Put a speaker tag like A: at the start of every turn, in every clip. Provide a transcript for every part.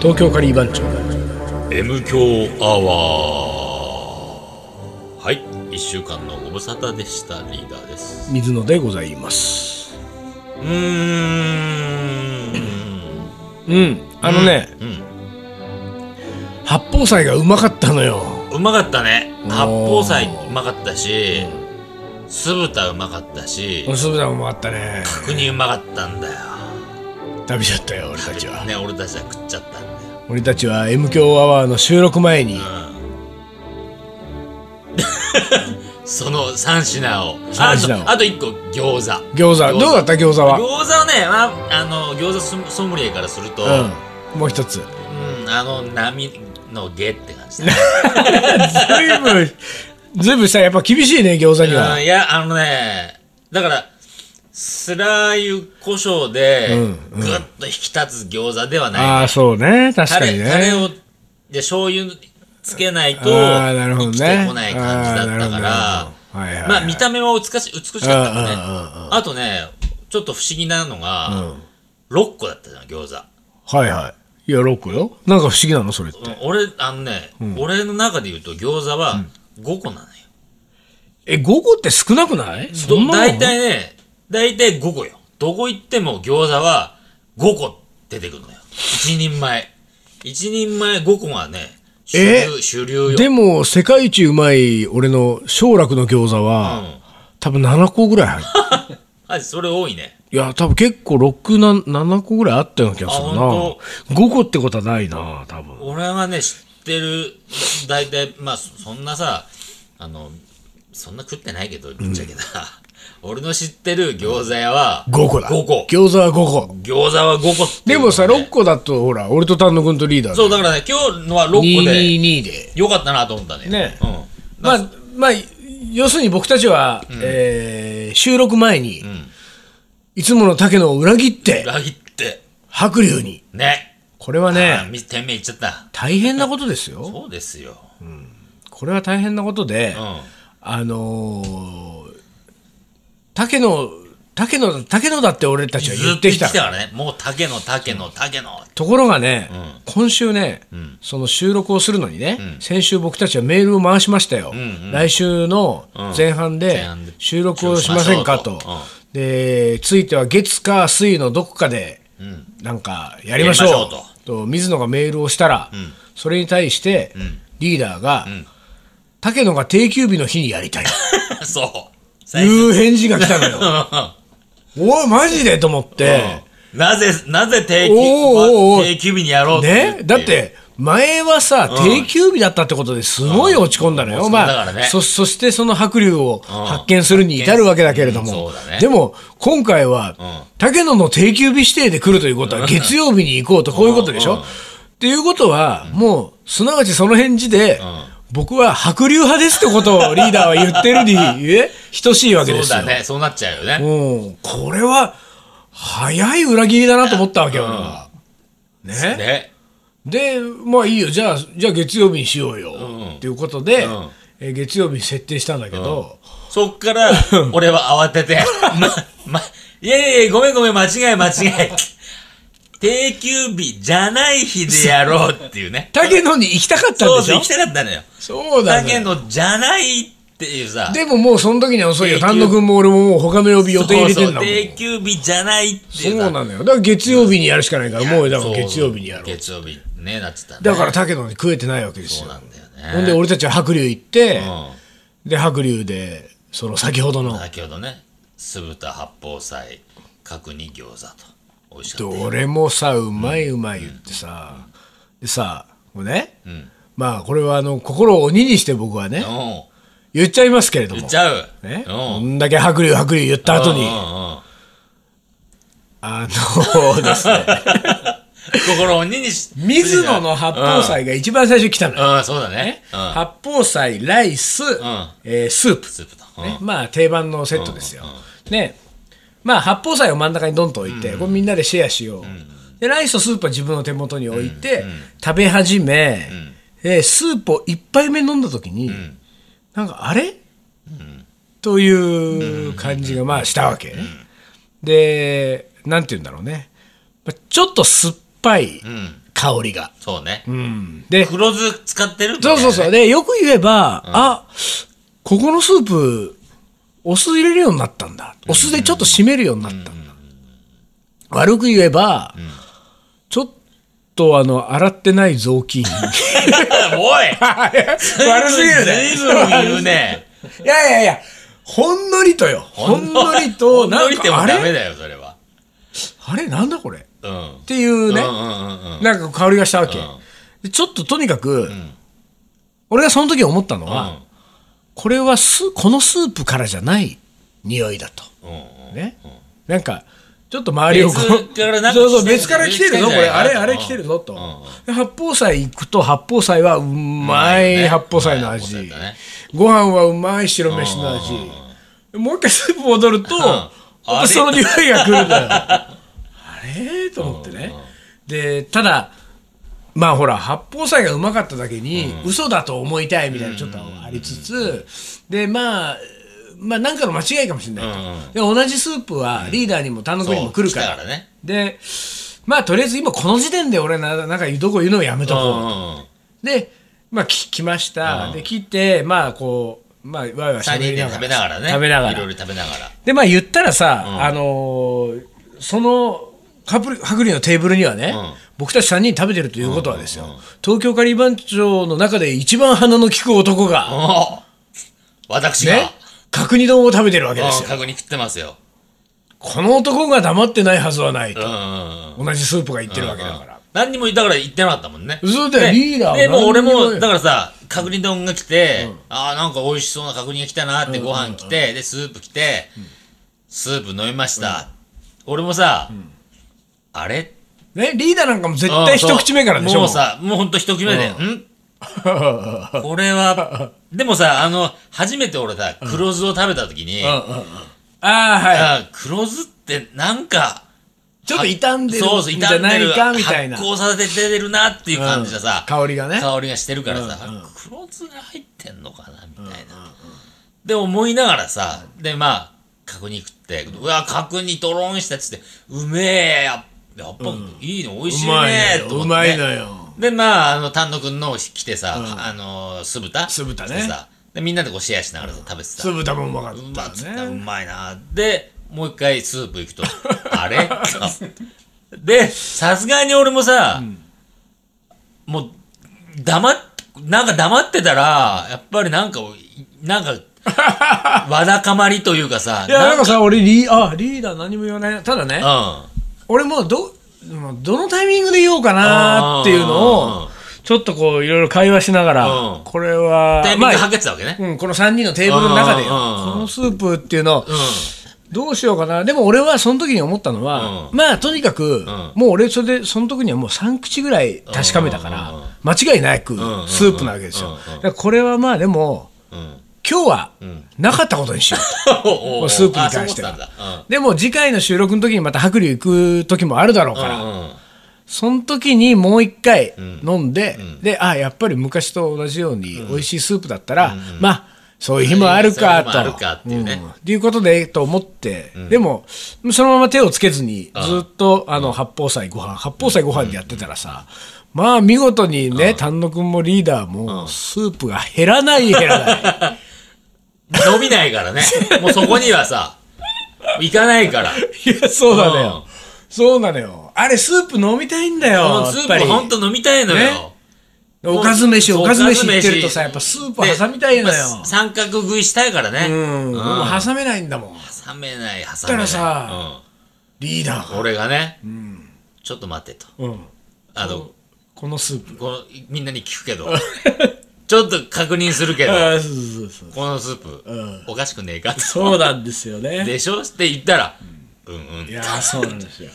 A: 東京カリー番長
B: M 強アワーはい1週間のご無沙汰でしたリーダーです
A: 水野でございます
B: うーん
A: うんあのね、
B: うん
A: 八宝菜がうまかったのよ
B: うまかったね
A: おー
B: 八宝菜うまかったし酢豚うまかったし
A: お酢豚もうまかったね
B: 角煮うまかったんだよ
A: 食べちゃったよ俺たちは、
B: ね俺たちは食っちゃったんだよ
A: 俺たちは M 強アワーの収録前に
B: その3品を
A: 三品を
B: あとあと1個餃子
A: 餃子
B: 餃子
A: どうだった餃子
B: 餃
A: は
B: 子はね、まあ、あの餃子ソソムリエからすると、
A: うんもう一つ
B: うん、あの波の下って感じだね、
A: ずいぶんずいぶんさやっぱ厳しいね餃子には
B: うん、いやあのねだからスラー油胡椒で
A: うんうん
B: ぐっと引き立つ餃子ではない、
A: ああそうね確
B: タ
A: か
B: レ
A: にね
B: タレをで醤油つけないと
A: あーなるほどね
B: 生きてこない感じだ
A: あー
B: ったから
A: なるほどなるほどはいはいはい
B: まあ見た目は美し美しかったもんね
A: うんうんうん
B: あとねちょっと不思議なの
A: う
B: が、
A: ん
B: 六6個だったじゃん餃子
A: はいはいいやロックよなんか不思議なのそれって
B: 俺あのね、俺の中で言うと餃子は5個なのよ
A: え午後って少なくないそんなの
B: 大体ね、大体5個よ。どこ行っても餃子は5個出てくるのよ。一人前。一人前5個がね、主
A: え
B: 流、主流よ。
A: でも、世界一うまい俺の小楽の餃子は、
B: うん
A: 多分7個ぐらい入ってる。
B: あ、それ多いね。
A: いや、多分結構6、7, 7個ぐらいあったような気がする
B: あ
A: な。
B: 本
A: 5個ってことはないな、多分。
B: 俺がね、知ってる、大体、まあ、そそんなさ、あの、そんな食ってないけど、ぶっちゃけな。 俺の知ってる餃子屋は、
A: 5個だ。
B: 5個。
A: 餃子は5個。
B: 餃子は5個ってい
A: で
B: うのね、
A: もさ、6個だと、ほら、俺と丹野くんとリーダーで。
B: そう、だからね、今日のは6個で、
A: 222で。
B: よかったなと思ったね。
A: ね
B: うん。
A: まあ、まあ、要するに僕たちは、えー収録前に、
B: ん
A: いつもの竹野を裏切って、
B: 裏切って、
A: 白龍に。
B: ね。
A: これは
B: ね
A: ね、
B: え。店名行っちゃった。
A: 大変なことですよ。
B: そうですよ。
A: これは大変なことで、
B: うん。
A: あのー、竹野、竹野、竹野だって俺たちは
B: ず
A: 言
B: っ
A: っ
B: と
A: て
B: 来
A: きた
B: た。からね。もう竹野、竹野、竹野。
A: ところがね、
B: ん
A: 今週ね、
B: ん
A: その収録をするのにね、
B: ん
A: 先週僕たちはメールを回しましたよ。
B: んうん
A: 来週の
B: うん
A: 前半
B: 前
A: で
B: 半で
A: 収録をしませんかと。
B: しましょうとうん
A: で、ついては月か水のどこかで、
B: うん。
A: なんかやりましょう
B: やりましょ
A: と水野がメールをしたら、
B: ん
A: それに対して、リーダーが、
B: ん
A: 竹野が定休日の日にや りたい。
B: そう。最初。
A: いう返事が来たのよ。 おお、マジでと思って。
B: うんなぜ、なぜ定
A: おーおーお
B: 休
A: ー
B: 定休日にやろうって言
A: ねだっ、て、前はさ、定休日だったってことですごい落ち込んだのよ。
B: うんそう
A: ま
B: だ
A: あ
B: からね
A: そ、そしてその白龍を発見するに至るわけだけれど
B: うん
A: も
B: そうだね。
A: でも、今回は
B: ん、
A: 竹野の定休日指定で来るということ は、月曜日に行こうと、こういうことでし
B: うん
A: ょっていうことは、もう、すなわちその返事で
B: ん、
A: 僕は白龍派ですってことをリーダーは言ってるに、え等しいわけ
B: そ
A: で
B: う
A: すよ
B: だ。ね。そうなっちゃうよね。
A: うん、これは早い裏切りだなと思ったわけよ、俺はね、
B: ね。
A: でまあいいよじゃあじゃあ月曜日にしようよ、
B: うん
A: っていうことで、
B: うん
A: えー月曜日に設定したんだけど、
B: そっから、俺は慌て て、ま、ま、いやいやいや、ごめんごめん、間違い間違い。定休日じゃない日でやろうっていうね。
A: 竹野に行きたかったん
B: そ
A: で
B: う
A: し
B: そう、
A: ょ
B: 行きたかったのよ。
A: そうだ
B: だ
A: ね
B: けど、じゃないっていうさ。
A: でももうその時には遅いよ
B: 定休
A: 丹野君も俺ももう他の曜日予定入れてんだもん
B: そうそう定休日じゃないって
A: そ
B: いうう
A: な
B: さ。
A: のよだから月曜日にやるしかないからもうだ
B: そ
A: か
B: う
A: ら
B: そう
A: 月曜日にやろう
B: 月曜日ね、なっちゃったね。
A: だから竹野に食えてないわけです
B: そう
A: よ
B: なんだよね。
A: ほんで俺たちは白龍行って、
B: う
A: で白龍でその先ほどの
B: ん。先ほどね、酢豚八宝菜、角煮餃子と。美味しかっ
A: どれもさうまいうまい言ってさ、でさもうね、
B: ん
A: まあこれはあの心を鬼にして僕はね
B: た。うん。
A: 言っちゃいますけれども
B: 言っちゃう。
A: ね、
B: う
A: こ
B: ん。
A: んだけ白龍白龍言った後に、
B: うんうんうん
A: あのですね
B: 心を鬼にし、
A: 水野の八宝菜が一番最初来たのよ、
B: うん。うん、そうだね。うん。
A: 八宝菜ライス、
B: ん
A: えースープ
B: スープと。
A: ねまあ定番のセットですよ、ねまあ八宝菜を真ん中にドンと置いて、これみんなでシェアしよう、でライスとスープは自分の手元に置いて、食べ始め、でスープを一杯目飲んだ時に、なんかあれ、という感じがまあしたわけ、でなんて言うんだろうねまあちょっと酸っぱい
B: うん。うん。
A: 香りが。
B: そうね。
A: うん。で、
B: 黒酢使ってる
A: そうそうそう。で、よく言えば、あ、ここのスープ、お酢入れるようになったんだ。お酢でちょっと締めるようになったんだ。悪く言えば、ちょっとあの、洗って ない雑巾。
B: おい
A: 悪すぎるね。
B: 随分言うね。
A: いやいやいや、ほんのりとよ。 ほんのりと、
B: ほんのりっても
A: なんか
B: ダ
A: あ
B: メ
A: れ
B: だよ、それは。
A: あれなんだこれっ
B: うん。
A: ていうね
B: うんう、んうんうん。
A: なんか香りがしたわけ
B: うん。
A: でちょっととにかく、俺がその時思ったのは、これはすこのスープからじゃない匂いだと。
B: うんうん
A: ね、なんかちょっと周りをこう
B: 別からなんか来てる
A: そうそう別から来てるぞこ
B: 来てんじ
A: れ
B: ゃな
A: あ
B: いかな
A: れあれ
B: うん
A: 来てるぞと、
B: うん
A: で八宝菜行くと八宝菜はうま
B: うまいよ
A: い
B: ね
A: 八宝菜の味、
B: うまい八宝菜だね
A: ご飯はうまい白飯の味、もう一回スープ戻ると、またその匂いが来るんだよ あれと思ってね、でただまあほら八宝菜がうまかっただけに、嘘だと思いたいみたいなちょっとありつつ、でまあまあなんかの間違いかもしれないと、
B: うんうん
A: で同じスープはリーダーにも単独にも来るから,、
B: そう来たからね
A: でまあとりあえず今この時点で俺ななんかどこ言うのをやめとこう、
B: うんうん。
A: でまあき来ました、
B: うん
A: で切ってまあこうまあわいわい
B: 3人
A: 喋り
B: で
A: ながら
B: 食べながらね。
A: 食べなが
B: い
A: ら
B: ろいろ食べながら。
A: でまあ言ったらさ、
B: ん
A: あのーそのハプリハグリのテーブルにはね、
B: うん
A: 僕たち3人食べてるということはですよ、
B: うんうんうん
A: 東京カリー番長の中で一番鼻の利く男が、
B: おー私が、
A: ね角煮丼を食べてるわけ
B: う
A: で
B: ん
A: すよ、
B: 確認食ってますよ。
A: この男が黙ってないはずはない
B: うん
A: と、
B: うんうん。
A: 同じスープが言ってるわけだから、
B: 何にもだから言ってなかったもんね。
A: そうだよ
B: ね
A: リーダーは
B: で、もう俺
A: 何にも
B: も、
A: よ
B: だからさ、角煮丼が来て、ああ、なんか美味しそうな角煮が来たなってご飯来て、で、スープ来て、スープ飲みました。俺もさ、あれ
A: ね、リーダーなんかも絶対一口目からでしょ
B: もうさ、もうほんと一口目で、
A: うん
B: これは、でもさ、あの、初めて俺さ、黒酢を食べた時に、
A: うん
B: あ
A: うんうんああはい
B: あ黒酢ってなんか、
A: ちょっと傷んでる
B: そうそう、
A: んじゃ
B: 傷んで
A: ない
B: る。
A: かみたいな
B: 発酵させてるなっていう感じでさ、
A: うん香りがね
B: 香りがしてるからさ、黒酢が入ってんのかなみたいな。で、思いながらさ、で、まあ、角煮食って、うわ、角煮とろんしたっつって、うめえ、ややっぱ、いいの、美味し
A: う
B: い
A: まい
B: ね
A: の
B: と
A: よ
B: 思って。
A: うまいのよ
B: で、まあ、あの、丹野くんの来てさ、あの、酢豚
A: 酢豚ね
B: 来てさで、みんなでこうシェアしながらさ食べてさ、
A: 酢豚もうまかっ
B: うまったつったう
A: ね
B: まいなでもう一回スープ行くと あれでさすがに俺もさ、もう黙っなんか黙ってたらやっぱりなんかなんか わだかまりというかさ
A: いやなんかさ俺リーあリーダー何も言わないただね
B: うん
A: 俺もどもうどのタイミングで言おうかなっていうの
B: う
A: を
B: ん
A: ちょっとこういろいろ会話しながら
B: うん
A: これは
B: タイミングはけてたわけね、
A: うん、この3人のテーブルの中でよこ
B: うんうんうん
A: のスープっていうの
B: うん
A: どうしようかなでも俺はその時に思ったのは、
B: うん
A: まあとにかく、
B: ん
A: もう俺それでその時にはもう3口ぐらい確かめたから、
B: うんうんうん
A: 間違いなく
B: んうん
A: スープなわけですよ、
B: うんうん
A: だからこれはまあでも
B: うん
A: 今日はなかったことにしよう
B: おうおう
A: スープに関しては
B: あそう思ってたんだ
A: とでも次回の収録の時にまた白龍行く時もあるだろうから、
B: うんうん
A: その時にもう一回飲んで、であやっぱり昔と同じように美味しいスープだったら、まあそういう日もあるかと。
B: そういう日もあるかっていうね
A: んっていうことでと思って、でもそのまま手をつけずにずっとあの八宝菜ご飯八宝菜ご飯でやってたらさ、まあ見事にね、丹野くんもリーダーもスープが減らない減らない。
B: 伸びないから ねもうそこにはさ行かないから
A: いや、そうなのよ
B: う。
A: そうなのよ。あれスープ飲みたいんだ
B: も
A: よ。
B: うス
A: やっ
B: ー
A: ぱり
B: プほんと飲みたいのよ、
A: ねおかず飯、
B: そう
A: おかず飯
B: お
A: 行
B: か
A: っ
B: ず飯
A: てるとさ、やっぱスープ挟みたいの
B: で
A: よ。
B: まあ三角食いしたいからね。
A: うん、で
B: うん
A: も挟めないんだもん。
B: 挟めない、挟
A: だ
B: め
A: か
B: ない。
A: らさリーダ
B: うん
A: ーが。
B: 俺がね、ちょっと待ってと。
A: うん。
B: あの、
A: このスープ。
B: このみんなに聞くけど、ちょっと確認するけど、
A: ああ、そうそうそうそう。
B: このスープ、おかしくねえか
A: そうなんですよね。
B: でしょって言ったら、うんう ん。
A: い
B: い
A: や
B: や、
A: ー、そうなんですよ。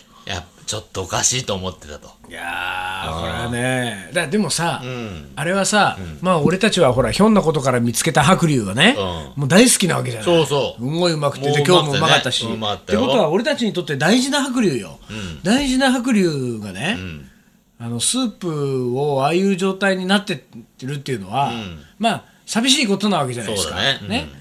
B: ちょっとおかしいと思ってたと。
A: いやー、これはね。だでもさ、
B: ん
A: あれはさ、まあ俺たちはほら、ひょんなことから見つけた白龍はね、
B: う
A: もう大好きなわけじゃない。
B: そうそ
A: す
B: う
A: ごいうまくて、
B: もう
A: で今日もうまかったし。
B: うまか
A: っ
B: った
A: て
B: よ
A: ことは俺たちにとって大事な白龍よ。大事な白龍がね、
B: うん。
A: あのスープをああいう状態になってってるっていうのは、
B: ん
A: まあ寂しいことなわけじゃないですか
B: そうだねうん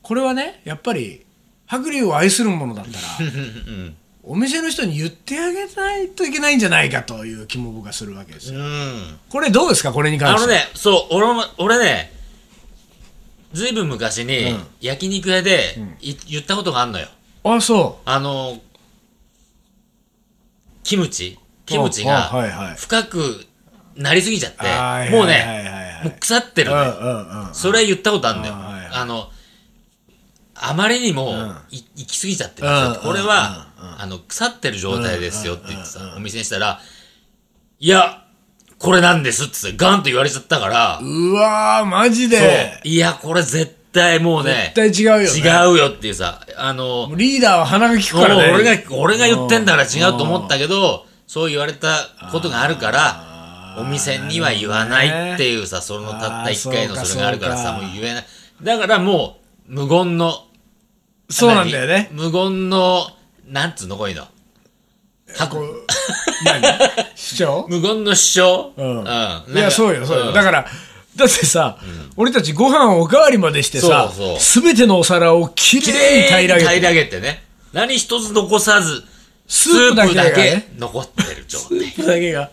A: これはねやっぱり白龍を愛するものだったら
B: うん
A: お店の人に言ってあげないといけないんじゃないかという気も僕はするわけですよ。
B: うん。
A: これどうですかこれに関
B: あ
A: し
B: の
A: て。
B: ね、そう、俺も、俺ね、ずいぶん昔に
A: うん
B: 焼肉屋で、い言ったことがあんのよ。
A: あ、そ
B: あの、キムチキムチ
A: ああはいはい
B: が深くなりすぎちゃっ
A: う。はいはい
B: て、もう
A: はい
B: ね、
A: はいはい
B: もう腐ってるのよ。
A: うんうんうん。
B: それ言ったことあるんだよ。
A: あはいはい
B: あの、あまりにも
A: ん
B: い行き過ぎちゃって
A: うん
B: ますよこれは、
A: うん
B: あの、腐ってる状態ですよって言ってさ、お店にしたら、いや、これなんですってガンと言われちゃったから、
A: うわー、マジ
B: そう
A: で。
B: いや、これ絶対もうね
A: 絶、対違うよ、ね。
B: 違うよっていうさ、あの
A: も、うリーダーは鼻が利く
B: もう
A: からね。
B: 俺が、俺が言ってんだから違うと思ったけど、そう言われたことがあるから、お店には言わないっていうさ、そのたった一回の
A: あー
B: それがあるから
A: そう
B: さ、
A: かそうか
B: もう言えない。だからもう、無言の、
A: そうなんだよ ね。
B: 何無言の、なんつうのこういうの。
A: こう何主張
B: 無言の主張
A: うん。
B: うん
A: いや、そうよ、そうよ。だ
B: ら、
A: から、だってさ、俺たちご飯おかわりまでしてさ
B: そうそう、
A: すべてのお皿をきれい
B: き
A: に
B: れいに
A: 平ら
B: 平
A: げて、
B: らげてね。何一つ残さず、
A: スープだけが
B: スープだ
A: ね、
B: 残ってる状態。
A: スープだけが、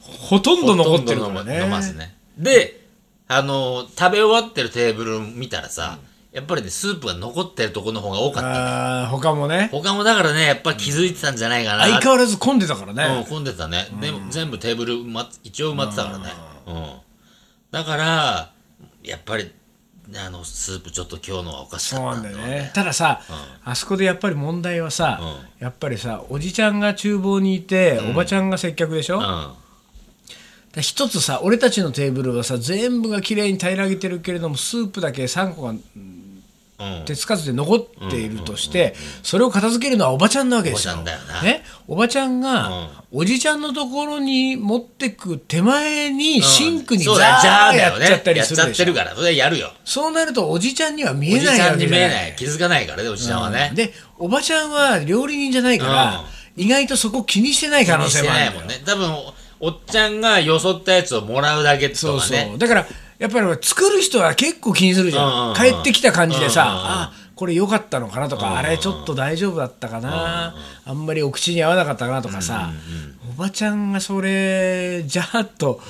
A: ほとんど残ってるから
B: ほとんど
A: ね。
B: 飲まずね。で、あのー食べ終わってるテーブル見たらさ、やっぱりね、スープが残ってるとこの方が多かった。
A: あー他もね。
B: 他もだからね、やっぱり気づいてたんじゃないかな。
A: 相変わらず混んでたから
B: うん、
A: ね。
B: 混んでたね。でも全部テーブル埋まっ一応埋まってたからね。うん。だから、やっぱり、あの、スープちょっと今日のはおかしか
A: そう
B: っ
A: な
B: た
A: んだよね。たださ、あそこでやっぱり問題はさ、やっぱりさ、おじちゃんが厨房にいて、おばちゃんが接客でしょ、
B: うん。
A: だから一つさ俺たちのテーブルはさ全部が綺麗に平らげてるけれどもスープだけ3個が
B: うん。
A: 手つかずで残っているとしてそれを片付けるのはおばちゃんなわけですよ。
B: おばちゃんだよな
A: ね、おばちゃんが、おじちゃんのところに持ってく手前にシンクにザ
B: そうだよ
A: ー
B: ジャ
A: や
B: ー
A: っ
B: だ
A: ちゃ
B: よ
A: った
B: ね。
A: り
B: やっ
A: す
B: ち
A: る
B: ゃっ
A: で
B: て
A: しょ
B: るから、それやるよ。
A: そうなるとおじちゃんには見
B: お
A: え
B: じ
A: ない
B: ちゃ
A: わ
B: ん
A: け
B: に
A: じ
B: 見
A: ゃ
B: え
A: な
B: ないい。気づかないからね、おじちゃんはね。
A: でおばちゃんは料理人じゃないから、意外とそこ気にしてない可能性もあるんだよ
B: してないもんね多分おおっちゃんがよそったやつをもらうだけとかね
A: そうそうだからやっぱりほら作る人は結構気にするじ
B: うんうん
A: ゃ
B: うん
A: ん帰ってきた感じでさ
B: うんうんうん
A: あこれ良かったのかなとかあれちょっと大丈夫だったかなあんまりお口に合わなかったかなとかさおばちゃんがそれじゃーっと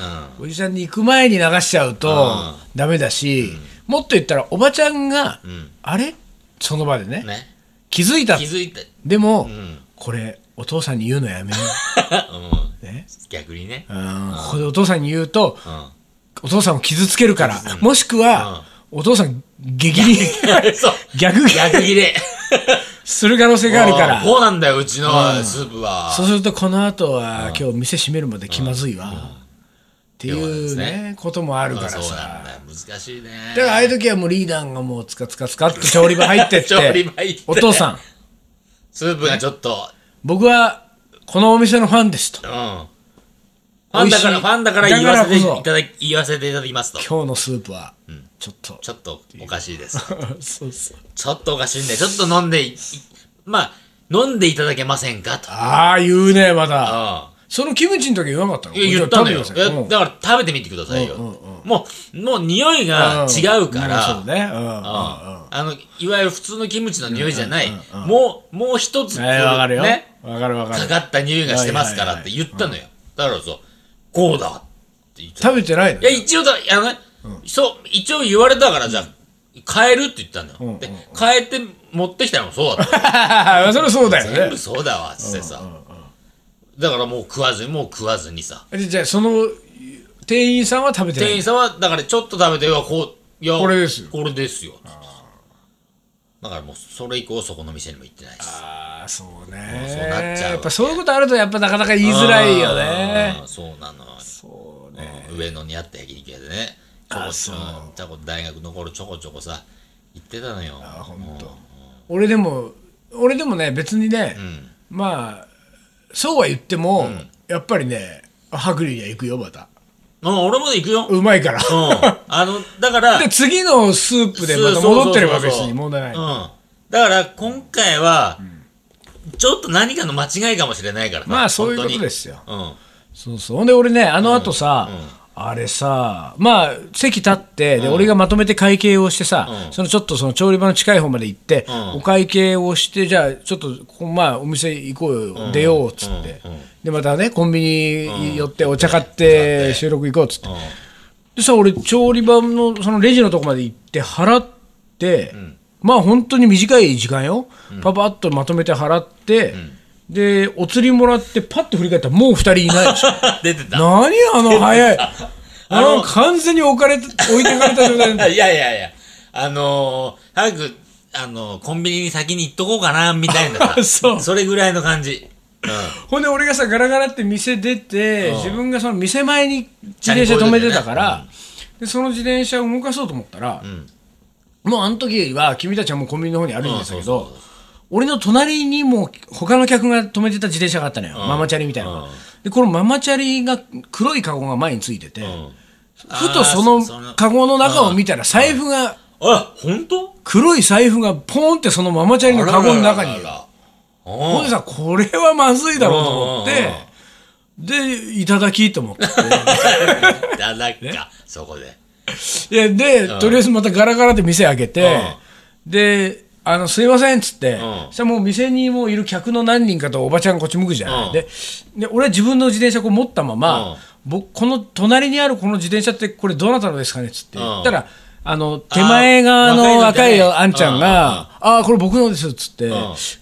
A: おじさんに行く前に流しちゃうとダメだしもっと言ったらおばちゃんがあれその場でね
B: ね
A: 気づいた
B: 気づいて、
A: でも
B: ん
A: これお父さんに言うのやめよ
B: うん、
A: うね
B: 逆にね、
A: うんここでお父さんに言うと
B: うん、
A: お父さんを傷つけるから、もしくは、お父さん激励、
B: そう
A: 逆ギ
B: 逆切れ
A: する可能性があるから
B: うん、こうなんだようちのスープは、
A: そうするとこの後は、今日店閉めるまで気まずいわ、っていうね、こともある
B: うん
A: から
B: そうな
A: さ。
B: んだよ難しいね
A: だからああいう時はもうリーダーがもうつかつかつかって調理場入ってっ
B: 調理場
A: て、
B: 入って
A: お父さん、
B: スープがちょっと、
A: 僕はこのお店のファンですと。
B: うんファンだ
A: 美味
B: か
A: し
B: ら
A: い
B: ファンだから言わせてい
A: だからこそ
B: ただき言わせていただきますと
A: 今日のスープは、ちょっと。
B: ちょっとおかしいです
A: そうそう
B: ちょっとおかしいんでちょっと飲んでいいまあ飲んでいただけませんかと
A: ああ、言うね、まだ。
B: うん
A: そのキムチの時言わなかったの
B: いや、言ったのよ。
A: 食
B: い
A: べてくだ
B: や
A: さいうん
B: だから食べてみてくださいよ。
A: うんうん
B: もう、もう匂いが違うから、
A: んそうね。うん
B: うんあの、いわゆる普通のキムチの匂いじゃない、もう、もう一つ、
A: えーわかるよ。
B: ね、
A: わかるわか
B: か
A: る。
B: かった匂いがしてますから
A: はい
B: っ
A: はい
B: て
A: はい
B: 言ったのよ。だからそう、こうだって言って
A: 食べてないの
B: い や、一応だ、あのね、そう、一応言われたから、じゃあ、変えるって言ったのよ。
A: うんうん
B: で、変えて持ってきたのもそうだった。
A: それはそうだ
B: 全
A: よ
B: 部
A: ね。
B: そうだわ、つってさ。だからもう食わずに、もう食わずにさ。
A: じゃあ、その、店員さんは食べてな
B: 店
A: い
B: 員。さんはだからちょっと食べてはこういや
A: これですよ
B: これですよだからもうそれ以降そこの店にも行ってないです
A: ああ、そうね。
B: そうなっちゃう
A: やっぱそういうことあると、やっぱなかなか言いづらいよね。
B: うんそうなのよ
A: そうね。
B: うん上野にあった焼肉屋でねちょこ
A: あそう
B: うんちょこ大学の頃ちょこちょこさ行ってたのよ
A: あ本当。俺でも、俺でもね、別にね、まあ、そうは言っても、やっぱりね、白龍には行くよ、また。
B: うん俺も行くようん
A: うまいから。
B: あのだから
A: で、次のスープでまた戻ってれば別に問題ない。
B: うんだから今回はちょっと何かの間違いかもしれないからね
A: まあそういうこと
B: 本当に
A: ですよ
B: うん
A: そうそう。ほんで俺ね、あの後さ、あれさ、まあ、席立って、で、俺がまとめて会計をしてさ、そのちょっとその調理場の近い方まで行って、お会計をして、じゃあ、ちょっと、ここ、まあ、お店行こうよ、出よう、っつって、で、またね、コンビニ寄って、お茶買って、収録行こう、っつって。でさ、俺、調理場の、そのレジのとこまで行って、払って、まあ、本当に短い時間よ。パパッとまとめて払って、で、お釣りもらって、パッと振り返ったら、もう二人いないでしょ。
B: 出てた。
A: 何あの早い。あ
B: の
A: の完全に置かれて、置いてかれた状態で。
B: いやいやいや、あのー、早く、あのーコンビニに先に行っとこうかな、みたいな
A: あ そう
B: それぐらいの感じ。
A: ほんで俺がさ、ガラガラって店出て、自分がその店前に自転車止めてたから、でその自転車を動かそうと思ったら、もうあの時は君たちはもうコンビニの方に歩いてたんだけど、俺の隣にもう他の客が止めてた自転車があったのよ。ママチャリみたいなのが。で、このママチャリが黒いカゴが前についてて、ふとそ
B: あーそそ
A: の
B: の
A: カゴの中を見たら財布が、
B: あ、ほんと
A: 黒い財布がポンってそのママチャリのカゴの中にいる。ほん
B: ほ
A: でさ、これはまずいだろうと思っ
B: うんうん
A: て、で、いただきと思って。
B: いただくか、そこで。
A: いやで、とりあえずまたガラガラで店開けて、で、あの、すいませんっつって、
B: ん
A: そしたらもう店にもういる客の何人かとおばちゃんこっち向くじゃない、
B: うん
A: でで、俺は自分の自転車こう持ったまま、
B: うん
A: 僕、この隣にあるこの自転車ってこれどなたのですかねっつって、
B: うん
A: 言ったら、あの、手前側
B: あー
A: の
B: 若
A: 若
B: い
A: い
B: のね
A: あんちゃんが、ああ、これ僕のですっつって、
B: ん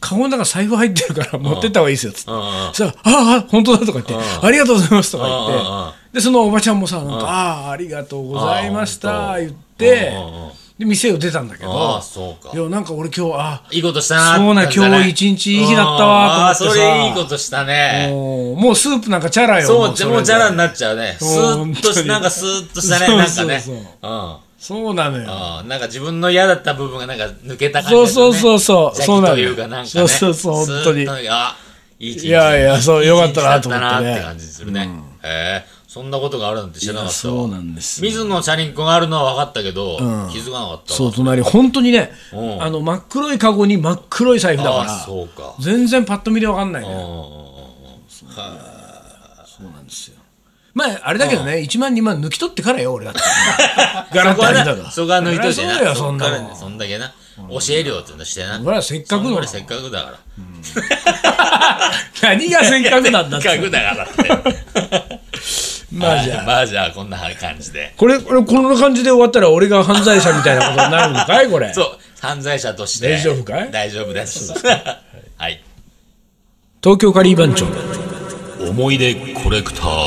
A: カゴの中財布入ってるから持ってった方がいいですよっつって、
B: うんうん
A: そしたら、ああ、本当だとか言って、ありがとうございますとか言って、
B: うんうんうん
A: で、そのおばちゃんもさ、なんか、ああ、ありがとうございまし
B: あ
A: た、
B: ー
A: 言って
B: うんうんうん、
A: で、店を出たんだけ
B: あ
A: ど
B: あ、、そうか
A: い。や、なんか俺今日、あ
B: いいことしたな
A: そうな
B: って感じだ
A: 今日一日いい日だったわと思ってさ
B: うんあーそれいいことしたね。
A: もうもうスープなんかチャラよ。
B: そう、で
A: れ
B: もうじゃらになっちゃうね。スーッと
A: 本当
B: し、
A: に
B: なんかスーッとしたね、なんかね。
A: そうそう
B: うん。
A: そうなのよ。
B: うんなんか自分の嫌だった部分がなんか抜けた感じだ
A: そ
B: よ
A: う
B: ね。
A: そうそうそう
B: 邪気
A: そうなの
B: というかなんかね。
A: そうそうそう本当に
B: スーッとあ、いい一日
A: いやいやそうよかったなと思ってね
B: いい一日だったなって感じするね。へえ、そんなことがあるなんて知らなかったわ。
A: そうなんですよ。
B: 水野のチャリンコがあるのは分かったけど、
A: うん
B: 気づかなかったわ。
A: そう、隣、本当にね
B: う、ん
A: あの、真っ黒いカゴに真っ黒い財布だ
B: あ
A: か
B: あ、
A: ら、
B: そうか。
A: 全然パッと見でわかんない
B: うんう
A: ね。
B: んうん
A: そうなんですよ。まあ、あれだけどね、1万2万抜き取ってからよ、俺 だって。ガラッ
B: そ
A: と
B: こは
A: 開けたか
B: な、
A: ら。
B: そこは抜いといて
A: そりゃそうだ
B: な。
A: よそんなの
B: っからねそんだけな。教えるよってのしてな。
A: 俺はせっかくの
B: そんぐらいせっかくだから。
A: 何がせっかくなん だっ
B: せっか
A: て。
B: くだからって。
A: まあ じゃあ
B: はいまあじゃあ、こんな感じで。
A: これ、これ、この感じで終わったら俺が犯罪者みたいなことになるのかいこれ。
B: そう、犯罪者として。
A: 大丈夫かい
B: 大丈夫です。 はい。
A: 東京カリー番長。
B: 思い出コレクター。
A: は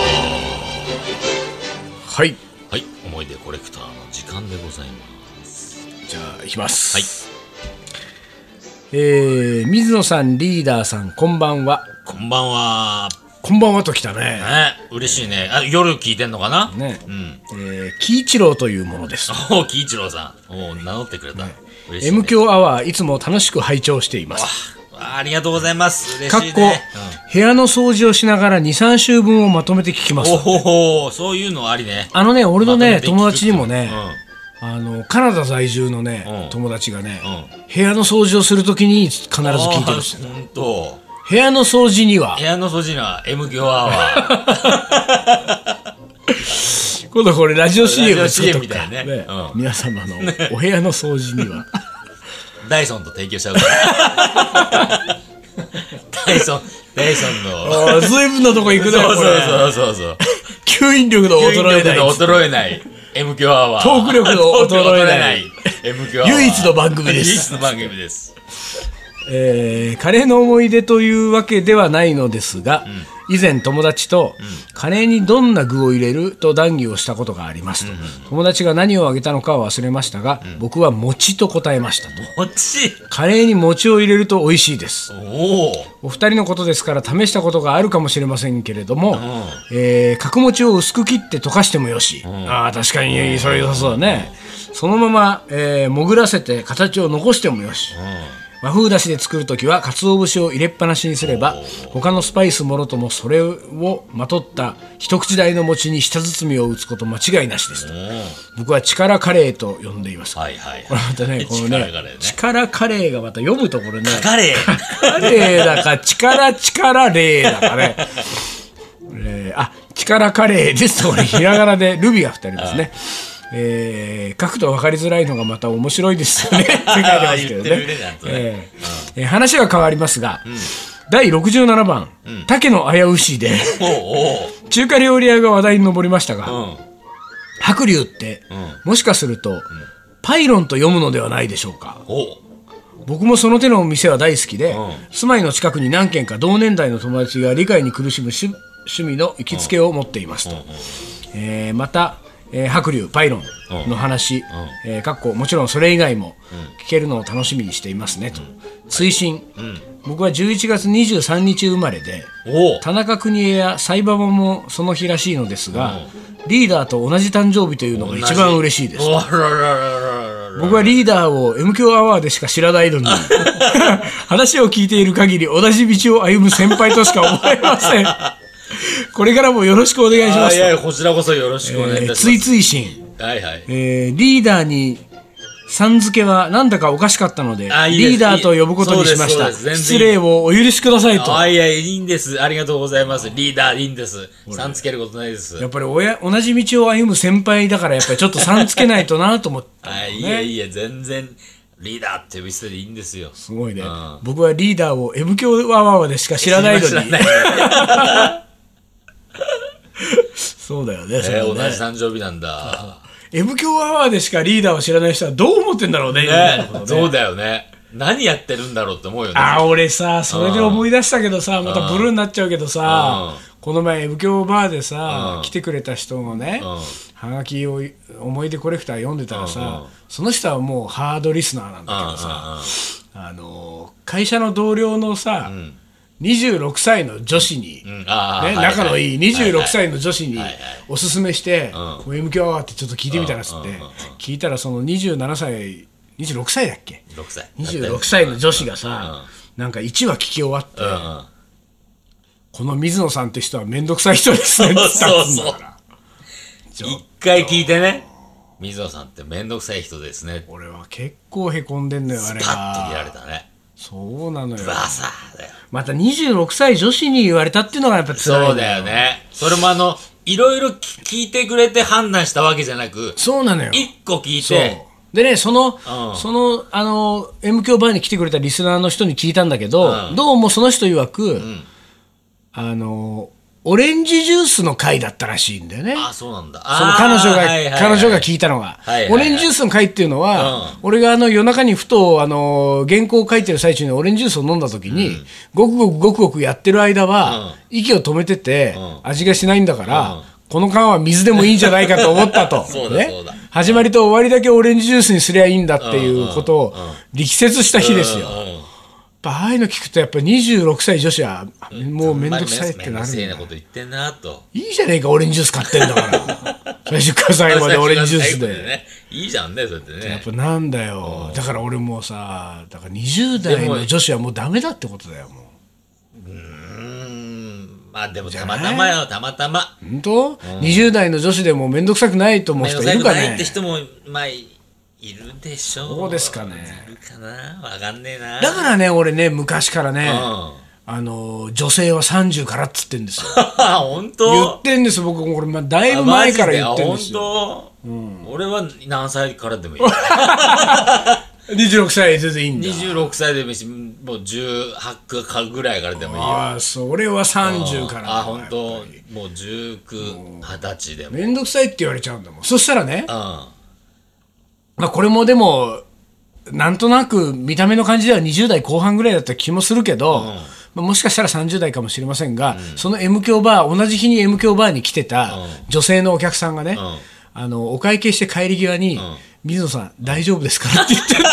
A: い。
B: はい、思い出コレクターの時間でございます。
A: じゃあ、いきます。えー、水野さん、リーダーさん、こんばんは。
B: こんばんは。
A: こんばんはときたね。
B: ね、嬉しいね。あ、夜聞いてんのかな
A: ね
B: うん。
A: えー、喜一郎というものです。
B: おう、喜一郎さん。おう、名乗ってくれた。嬉しい、ね。
A: M 強アワー、いつも楽しく拝聴しています。
B: あありがとうございます。嬉
A: かっ
B: しい
A: こ
B: ね。うん、
A: 部屋の掃除をしながら2、3週分をまとめて聞きます。
B: おおそういうのありね。
A: あのね、俺のね、
B: まとめて聞くっていう
A: 友達にもね、あの、カナダ在住のね
B: う、ん
A: 友達がね、
B: う
A: 部屋の掃除をするときに必ず
B: あー
A: 聞いてるんですよ。
B: ほんと。
A: 部屋の掃除に は
B: 部、屋の掃除には M 行アワー。
A: 今度これラジオ CM
B: ラ
A: で
B: ジオ
A: 作っと
B: CM み
A: く
B: た
A: か、
B: いね
A: ね
B: うん
A: 皆様のお部屋の掃除には。
B: ダイソンと提供しちゃうから。 ダイソン、ダイソン
A: あ
B: の。
A: あ、随分なとこ行
B: そ
A: く
B: う
A: ね、これ。
B: そうそうそう。
A: 吸引力の衰えない。
B: 衰えない。M 響アワー。
A: トーク力の衰えない。
B: M 響アワー。
A: 唯一の番組です
B: 唯一の番組です。
A: えーカレーの思い出というわけではないのですが、以前友達と、カレーにどんな具を入れると談義をしたことがありますと、友達が何をあげたのかは忘れましたが、僕は餅と答えましたと
B: こっち。
A: カレーに餅を入れると美味しいです
B: おお。
A: お二人のことですから試したことがあるかもしれませんけれども、えー角餅を薄く切って溶かしてもよし、ああ確かにそれ良さそうだね、そのまま、えー潜らせて形を残してもよし、和風だしで作るときは鰹節を入れっぱなしにすれば他のスパイスもろともそれをまとった一口大の餅に舌包みを打つこと間違いなしですと
B: うん。
A: 僕は力カレーと呼んでいますこ
B: はいはい。
A: れまたねこの
B: 力
A: ね
B: がね。
A: 力カレーがまた読むところね
B: カレー。
A: カレーだか、力力霊だかね。えーあ、力カレーですとこれひらがなでルビが2人ですね。えー書くと分かりづらいのがまた面白いです よね世界でますけどね
B: 言ってるねなんとね
A: えーえー話は変わりますが、第67番、竹野危うしで
B: おう
A: 中華料理屋が話題に上りましたが、
B: おううん。
A: 白龍って、もしかすると、パイロンと読むのではないでしょうか
B: おう
A: 僕もその手のお店は大好きで、
B: うん
A: 住まいの近くに何軒か同年代の友達が理解に苦しむ趣趣味の行きつけを持っていますと、えーまた、えー白龍パイロンの話、えーかっこもちろんそれ以外も聞けるのを楽しみにしていますねと、追伸、僕は11月23日生まれで
B: おう
A: 田中邦衛やサイババもその日らしいのですが、リーダーと同じ誕生日というのが一番嬉しいです
B: おらららららら
A: 僕はリーダーを m q アワーでしか知ら ないのに話を聞いている限り同じ道を歩む先輩としか思えませんこれからもよろしくお願いし
B: あ
A: ま
B: ーい
A: す
B: やいや、こちらこそよろしくお願い
A: え
B: い
A: ー
B: たし
A: つい
B: ます。
A: つい心、
B: はいはい。
A: えーリーダーにさん付けはなんだかおかしかったので
B: あいいです
A: リーダーと呼ぶことにしまし
B: そう
A: た
B: ですそうです
A: 失
B: 全然いい
A: 礼をお許しくださいと
B: あいや、いいんです。ありがとうございます。リーダー、いいんです。さんつけることないです
A: や。っぱり親同じ道を歩む先輩だからやっぱりちょっとさんつけないとなと思って
B: あいやいや、全然、リーダーって呼び捨てでいいんですよ。
A: すごいね
B: うん
A: 僕はリーダーを m q アワーでしか知らないの
B: 知ら
A: に
B: ない。
A: そうだよね。それ
B: えー
A: はね
B: 同じ誕生日なんだ。
A: M 強アワーでしかリーダーを知らない人はどう思ってんだろうね。今の
B: ね
A: こ、とね
B: そうだよね。何やってるんだろうって思うよね。
A: あー俺さそれで思い出したけどさまたブルーになっちゃうけどさ
B: う
A: この前 M 強バーで
B: う
A: さ
B: ん
A: 来てくれた人のね
B: うん
A: はがきを思い出コレクター読んでたら
B: うんう
A: さ
B: ん
A: その人はもうハードリスナーなんだけどさ
B: う
A: あのー会社の同僚のさ
B: ん
A: 26歳の女子に
B: んうんうん。あー
A: ね、
B: はは
A: 仲のいい26歳の女子に
B: はいはい
A: おすすめして
B: ん
A: 「m q アワーってちょっと聞いてみたらっつって
B: うんうんうん
A: 聞いたらその27歳26歳だっけ
B: 6歳。
A: 26歳の女子がさなんか1話聞き終わって
B: うんうん。
A: この水野さんって人は面倒くさい人ですねって言ったんだからちょ
B: 一回聞いてね。水野さんってめんどくさい人ですね。
A: 俺は結構へこんでんのよあれ
B: パッと見られ
A: が
B: たね。
A: そうなのよ
B: バサーだよ。
A: また26歳女子に言われたっていうのがやっぱ辛いの
B: そうだよね。それもあの、いろいろ聞いてくれて判断したわけじゃなく、
A: そうなのよ
B: 一個聞い
A: そう
B: て、
A: でねその、
B: うん
A: そのあの M 響バーに来てくれたリスナーの人に聞いたんだけど、
B: うん
A: どうもその人曰く、あのオレンジジュースの回だったらしいんだよね。
B: あ、そうなんだ。
A: その彼女が、
B: あーはいはいはい
A: 彼女が聞いたのが、
B: はいはいはい
A: オレンジジュースの回っていうのは、
B: うん
A: 俺があの夜中にふとあの原稿を書いてる最中にオレンジジュースを飲んだ時に、ごくごくごくごくやってる間は、息を止めてて、
B: う
A: 味がしないんだから、
B: うん
A: この缶は水でもいいんじゃないかと思ったと
B: そうだそうだ
A: 始まりと終わりだけオレンジジュースにすりゃいいんだっていうことを力説した日ですよ、
B: う
A: やっ
B: んうんうん
A: ぱああいうの聞くとやっぱ26歳女子はもう面倒くさいって
B: めん
A: な
B: ど
A: るん
B: くせえ
A: だ
B: なこと言ってんなと。
A: いいじゃねえか、オレンジジュース買ってんだ から。最初から最後までオレンジジュースで。
B: ね。いいじゃんね、そうやって
A: やっ
B: ね。
A: ぱなんだよ。だから俺もうさ、だから20代の女子はもうダメだってことだよ、もう。
B: うーん。まあでも、た
A: ない
B: またまよ、たまたま。
A: 本当 ?20 代の女子でも面倒くさくないと思う
B: 面
A: 人
B: 倒
A: い
B: く
A: る
B: さ
A: か
B: くないっ
A: ね
B: て人も、まあ、いいるでしょう。
A: そうですかね
B: いるかなわかんねえな。
A: だからね、俺ね、昔からね、
B: うん
A: あの、女性は30からっつってんですよ。
B: あ 本
A: 言
B: 当
A: ってんです、僕もこれ、まあ、だいぶ
B: あ
A: 前
B: マジ
A: から
B: で
A: 言ってんですよ。
B: あ本当、俺は何歳からでもい い。
A: 26歳全然いいんだ。
B: 26歳でもいいし、もう18かぐらいからでもいいよ。
A: ああ、それは30からだ
B: あ、本当
A: やっぱり
B: もう19、20歳でも。うん。
A: 面倒くさいって言われちゃうんだもん。そしたらね、
B: あ
A: まあ、これもでも、なんとなく見た目の感じでは20代後半ぐらいだった気もするけど、まあ、もしかしたら30代かもしれませんが、その M 響バー、同じ日に M 響バーに来てた女性のお客さんがね、
B: ん
A: あのお会計して帰り際に、水野さん、大丈夫ですからって言って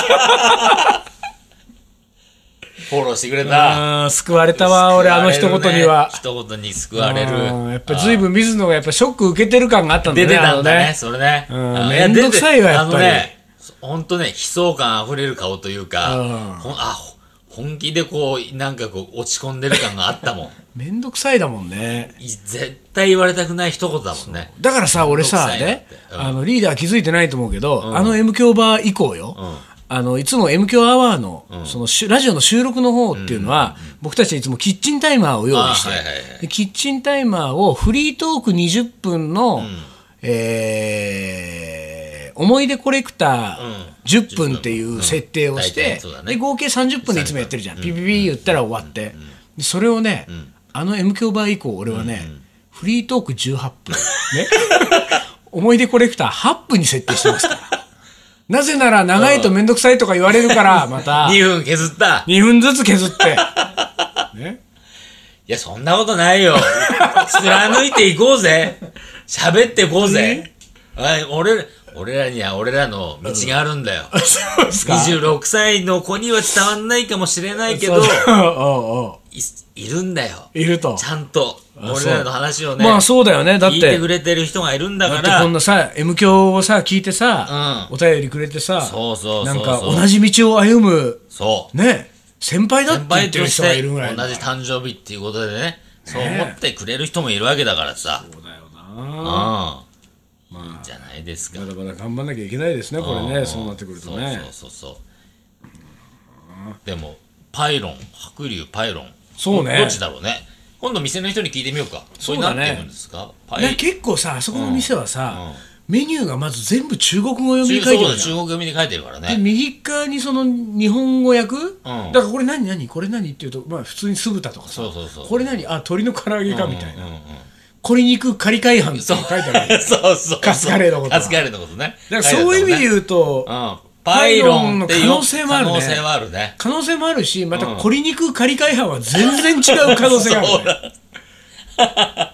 B: フォローしてくれた。
A: た、救われたわ、俺、あの一言には。
B: 救われるね一言に救われる。
A: うんやっぱりずいぶん水野がやっぱショック受けてる感があったんだ
B: 出
A: ね。
B: てたんだ
A: あの
B: ね、それね。
A: ん
B: あの
A: めんどくさいわやっぱり
B: あのね、ほんとね、悲壮感あふれる顔というか、
A: うん
B: ほんあ、ほ本気でこう、なんかこう、落ち込んでる感があったもん。
A: めんどくさいだもんね。
B: い絶対言われたくない一言だもんね。
A: だからさ、俺さ、
B: めんどくさいなっ
A: ね
B: て、
A: あの、リーダー気づいてないと思うけど、あの M 響バー以降よ、あのいつも M 強アワーの,、そのしゅラジオの収録の方っていうのは、僕たちはいつもキッチンタイマーを用意して、
B: あはいはいはい
A: でキッチンタイマーをフリートーク20分の、えー思い出コレクター10分っていう設定をし
B: 大
A: て
B: 体そうだ、ね
A: で合計30分でいつもやってるじゃん、ピピピ言ったら終わって、でそれをね、あの M 強バー以降、俺はね、フリートーク18分、ね、 思い出コレクター8分に設定して ますから。なぜなら長いと面倒くさいとか言われるから、 また
B: 2分削った。
A: 2分ずつ削って。ね、
B: いや、そんなことない よ。貫いていこうぜ。喋っていこうぜ。あ俺ら、俺らには俺らの道があるんだよ。
A: そうですか。
B: 26歳の子には伝わんないかもしれないけど
A: そ、うおうお
B: いいるんだよ。
A: ういると。
B: ちゃんと、俺らの話をね、
A: まあそうだよね。だっ
B: 聞いて
A: て、
B: くれてる人がいるんだ
A: だ
B: か
A: って
B: ら
A: こん、なさ、M 響をさ、聞いてさ、
B: う
A: お便りくれてさ、
B: そうそうそ
A: な
B: うそ
A: ん
B: う
A: か同じ道を歩む、
B: そう。
A: ね、先輩だって言っ
B: 先輩
A: てる
B: と
A: 人
B: し
A: が
B: て
A: いる
B: 同
A: ぐ
B: じ
A: らいだから。
B: 誕生日っていうことでね、そう思ってくれる人もいるわけだからさ。
A: そうだよな
B: うん。いいんじゃないですか。
A: まだまだ頑張んなきゃいけないですね、これ
B: う
A: ね、
B: ん
A: そうなってくるとね。
B: そうそうそうそうでもパイロン白龍パイロン
A: そうね
B: どどっちだろうね今度店の人に聞いてみようか
A: そうだね
B: これなんて言うんですかパイ
A: ね結構さ、あそこの店はさ、メニューがまず全部中国語読みに書いて
B: そう
A: る
B: だ
A: じゃん
B: 中国読みで書いてるから
A: で
B: ね
A: 右側にその日本語訳、だからこれ何何これ何っていうと、まあ、普通に酢豚とかさ
B: そうそうそう
A: これ何あ鶏の唐揚げかみたいな、
B: うんうん
A: 鶏肉仮解飯って書いてあるだか
B: そうそう
A: カツカレーのこと
B: カツカレーのことね
A: らそういう意味で
B: う
A: 言うと、
B: んパイロンっていう
A: パイロンの可能性もあるね
B: 可能性はあるね
A: 可能性もあるしまた鶏肉仮解飯は全然違う可能性があ る、ね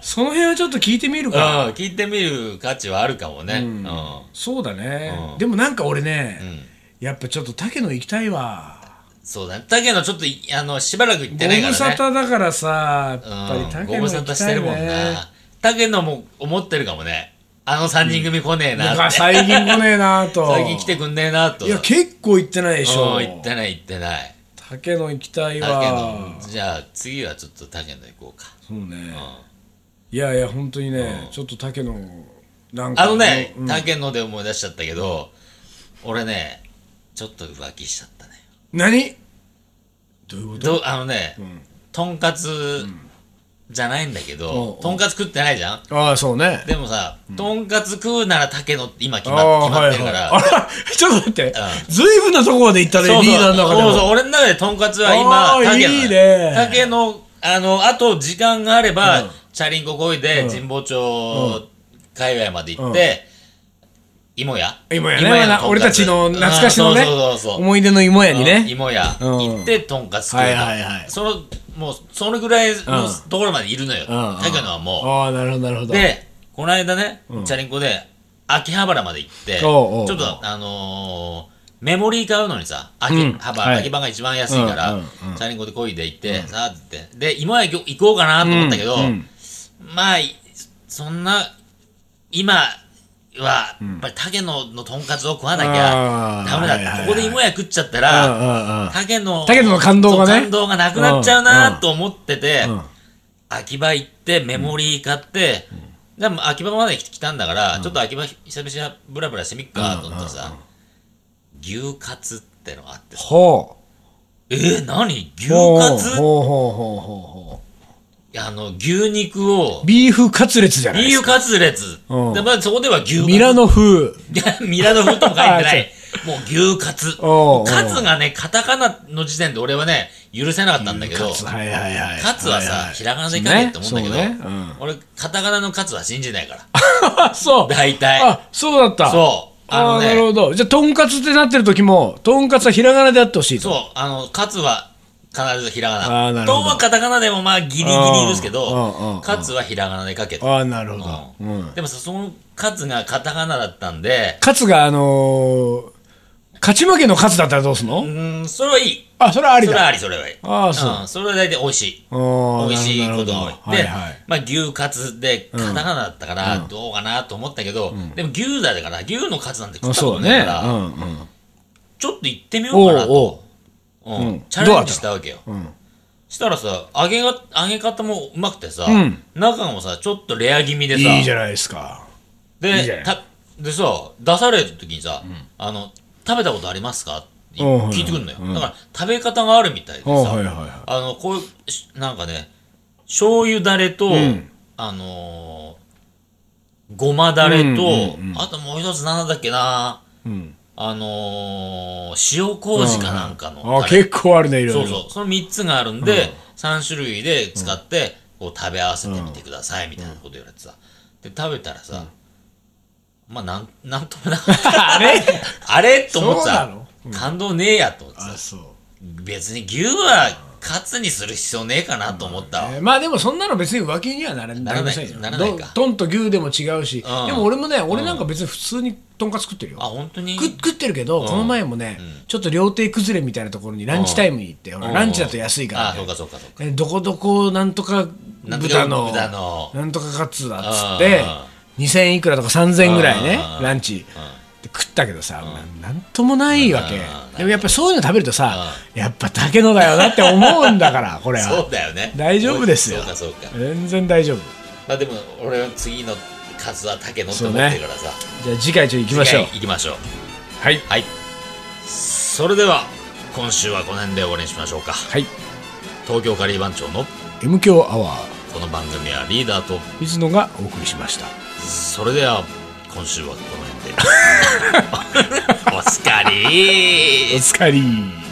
A: その辺はちょっと聞いてみる
B: う
A: か
B: ん
A: ら、
B: 聞いてみる価値はあるかもねうん
A: そうだね、
B: うん
A: でもなんか俺ね、やっぱちょっと竹野行きたいわ
B: そうだねだけどちょっといあのしばらく行っ
A: ご
B: てないか
A: 無沙
B: らね
A: 汰だからさやっぱり
B: うん、
A: 竹
B: ご
A: 野
B: 無
A: 行
B: 沙
A: きたいね、
B: 汰してるもんな。竹野も思ってるかもね。あの三人組来ねえ
A: だ
B: な
A: か
B: って。
A: ら最近来ねえなと
B: 最近来てくんねえなと。
A: いや結構行ってないでしょ
B: うん行ってない行ってない。
A: 竹野行きたい
B: 竹
A: わ
B: 野、じゃあ次はちょっと竹野行こうか。
A: そうねいやいや本当にねちょっと竹野なんか
B: あのね、
A: うん
B: 竹野で思い出しちゃったけど、俺ね、ちょっと浮気しちゃったね。
A: 何どういうこと
B: どうあのね、とんかつじゃないんだけ
A: おうお
B: ど
A: う、
B: とんかつ食ってないじゃん
A: ああそうね
B: でもさ、とんかつ食うなら竹野って今決
A: あ
B: ま
A: あ
B: 決ま
A: は
B: っ
A: い
B: てる
A: は
B: か
A: い
B: ら、
A: あら ちょっと待ってずいぶんなとこまで行ったね
B: そう
A: リーダーの中で
B: そうそう
A: も
B: 俺の中でとんかつは
A: あー
B: 今竹野
A: いいね
B: 竹野あのあと時間があれば、チャリンコこいで神保町界隈まで行って、芋屋
A: 今や
B: 芋屋
A: ね
B: の
A: な
B: とんかつ
A: 俺たちの懐かしのね
B: うんそうそうそうそう
A: 思い出の芋屋に
B: うん
A: ね
B: 芋屋
A: うん
B: 行ってとんかつ食うの、
A: はいはいはい
B: そのもうそのぐらいの
A: うん
B: ところまでいるのよ、
A: うん
B: 竹野はも
A: ああなるほどなるほ
B: う
A: ど
B: でこの間ね、チャリンコで秋葉原まで行って
A: おうおうおう
B: ちょっとあのーメモリー買うのにさ、秋
A: うん
B: 葉
A: は
B: 原、
A: い
B: 秋葉が一番安いから、
A: うんうん
B: チャリンコで漕いで行って、さあって言って。で、今へ行こうかなと思ったけど、
A: うん
B: まあ、いそんな、今は、やっぱり竹野のとんかつを食わなき
A: あー
B: ゃダメ
A: はいはいは
B: だ。
A: い
B: ここで芋屋食っちゃった
A: うんう
B: ら、
A: んうん
B: 竹野、
A: 竹野の感動がね
B: そう感動がなくなっちゃう
A: うんう
B: なんと思ってて
A: うん、
B: 秋葉行って、メモリー買って、でも秋葉まで来たんだから、ちょっと秋葉久々ブラブラしてみっかと思ったらさ、牛カツってのがあってさ、
A: ほう
B: えー、何牛
A: ほう
B: カツ
A: ほうほうほうほうほ
B: あの、牛肉を
A: う。、ビーフカツレツじゃないで
B: ビー
A: す
B: フ
A: か。
B: カツレツ。
A: うん
B: で、まあそこでは牛カツ。
A: ミラノ風。
B: いや、ミラノ風とも書いてな
A: あ
B: い。もう牛カツ。
A: おうおう
B: カツがね、カタカナの時点で俺はね、許せなかったんだけど、
A: はいはいはい。
B: カツはさ、
A: いい
B: ひらがなで書けって思うんだけど、
A: そうねそうね
B: 俺、カタカナのカツは信じないから。
A: うんあ、そう。
B: 大体。
A: あ、そうだった。う。
B: そう。あ
A: あ
B: の
A: あ、なる
B: ね、
A: ほど。じゃあ、とんかつってなってる時も、とんかつはひらがなであってほしいと。
B: そう、あの、カツは必ずひ
A: あ
B: ら
A: ーな
B: がな。
A: るほ
B: ト
A: ど
B: ンはカタカナでもまあギリギリですけ
A: うんうんうん
B: ど、カツはひらがなで書けと。
A: ああ、なるほど。うん。
B: でもさ、そのカツがカタカナだったんで、
A: カツが、あのー、勝ち負けのカツだったらどうすん
B: う
A: の
B: ーん、それはいい。
A: あ、それはあり
B: それは
A: だ。
B: あり、それはいい。、
A: あーそうん
B: それは大体美味しい。
A: あー
B: 美味しいことが
A: な
B: 多
A: る
B: い
A: ほ。どは
B: で、
A: いはい。
B: まあ牛カツでカタカナだったから、どうかなと思ったけど、でも牛だから、牛のカツなんて食
A: あ
B: ったこ
A: そ
B: と
A: う
B: ない
A: ね
B: か。ら、
A: うんうん。
B: ちょっと行ってみよ
A: お
B: うか
A: う
B: なと。
A: お
B: うん
A: うん
B: チャレンジしたわけよ。
A: う。うん。
B: したらさ、揚げが、揚げ方もうまくてさ、
A: ん
B: 中もさ、ちょっとレア気味でさ、
A: いいじゃないですか。いいじゃ
B: で
A: ない
B: たでさ、出される時にさ、あの、食べたことありますかって
A: うん
B: 聞いてくんのよ。だから、食べ方があるみたいでさ、
A: うんはいはいはい
B: あの、こういうし、なんかね、醤油だれと、
A: ん
B: あのーごまだれと、あともう一つなんだっけな、
A: ん
B: あのー塩麹かなんかの
A: あ
B: タレ
A: 結構あるね、いろい
B: そう
A: ろ。
B: そう。その3つがあるんで、三3種類で使って、こう食べ合わせてみてください、みたいなこと言われてさ。で、食べたらさ、まあ、なん、なんともなかった。
A: あれ
B: あれと思って
A: そうな
B: さ
A: の、
B: 感動ねえやと思ってさ
A: あ、そう。
B: 別に牛はカツにする必要ねえかなと思ったわ。
A: えーまあでもそんなの別に浮気にはなれな
B: らない
A: りませんよ。
B: ならないか
A: どトンと牛でも違うし、
B: うん
A: でも俺もね、俺なんか別に普通にとんかつ食ってるよ。
B: あ、本当に
A: 食食ってるけど、この前もね、ちょっと料亭崩れみたいなところにランチタイムに行って、ほらランチだと安いから
B: あ、
A: ね、
B: そうかそうかそうか。
A: えどこどこなんとか
B: なんとか
A: 豚の
B: 豚の
A: なんとかカツだっつって
B: あ
A: 2000いくらとか3000ぐらいね
B: あー
A: ランチで食ったけどさななんともないわ
B: あ
A: けでもやっぱそういうの食べるとさやっぱ竹野だよなって思うんだから これ
B: そ
A: は
B: うだよね。
A: 大丈夫ですよ
B: そうかそうか。
A: 全然大丈夫
B: まあでも、俺は次のカツは竹野って思ってるからさ。
A: じゃあ次回ちょっと行きましょう
B: 次回行きましょう。
A: はい
B: はい。それでは、今週はこの辺で終わりにしましょうか。
A: はい
B: 東京カリー番長の
A: M 強アワー
B: この番組はリーダーと、
A: 水野がお送りしました
B: それでは、今週はこの辺で。おつかり
A: お疲れ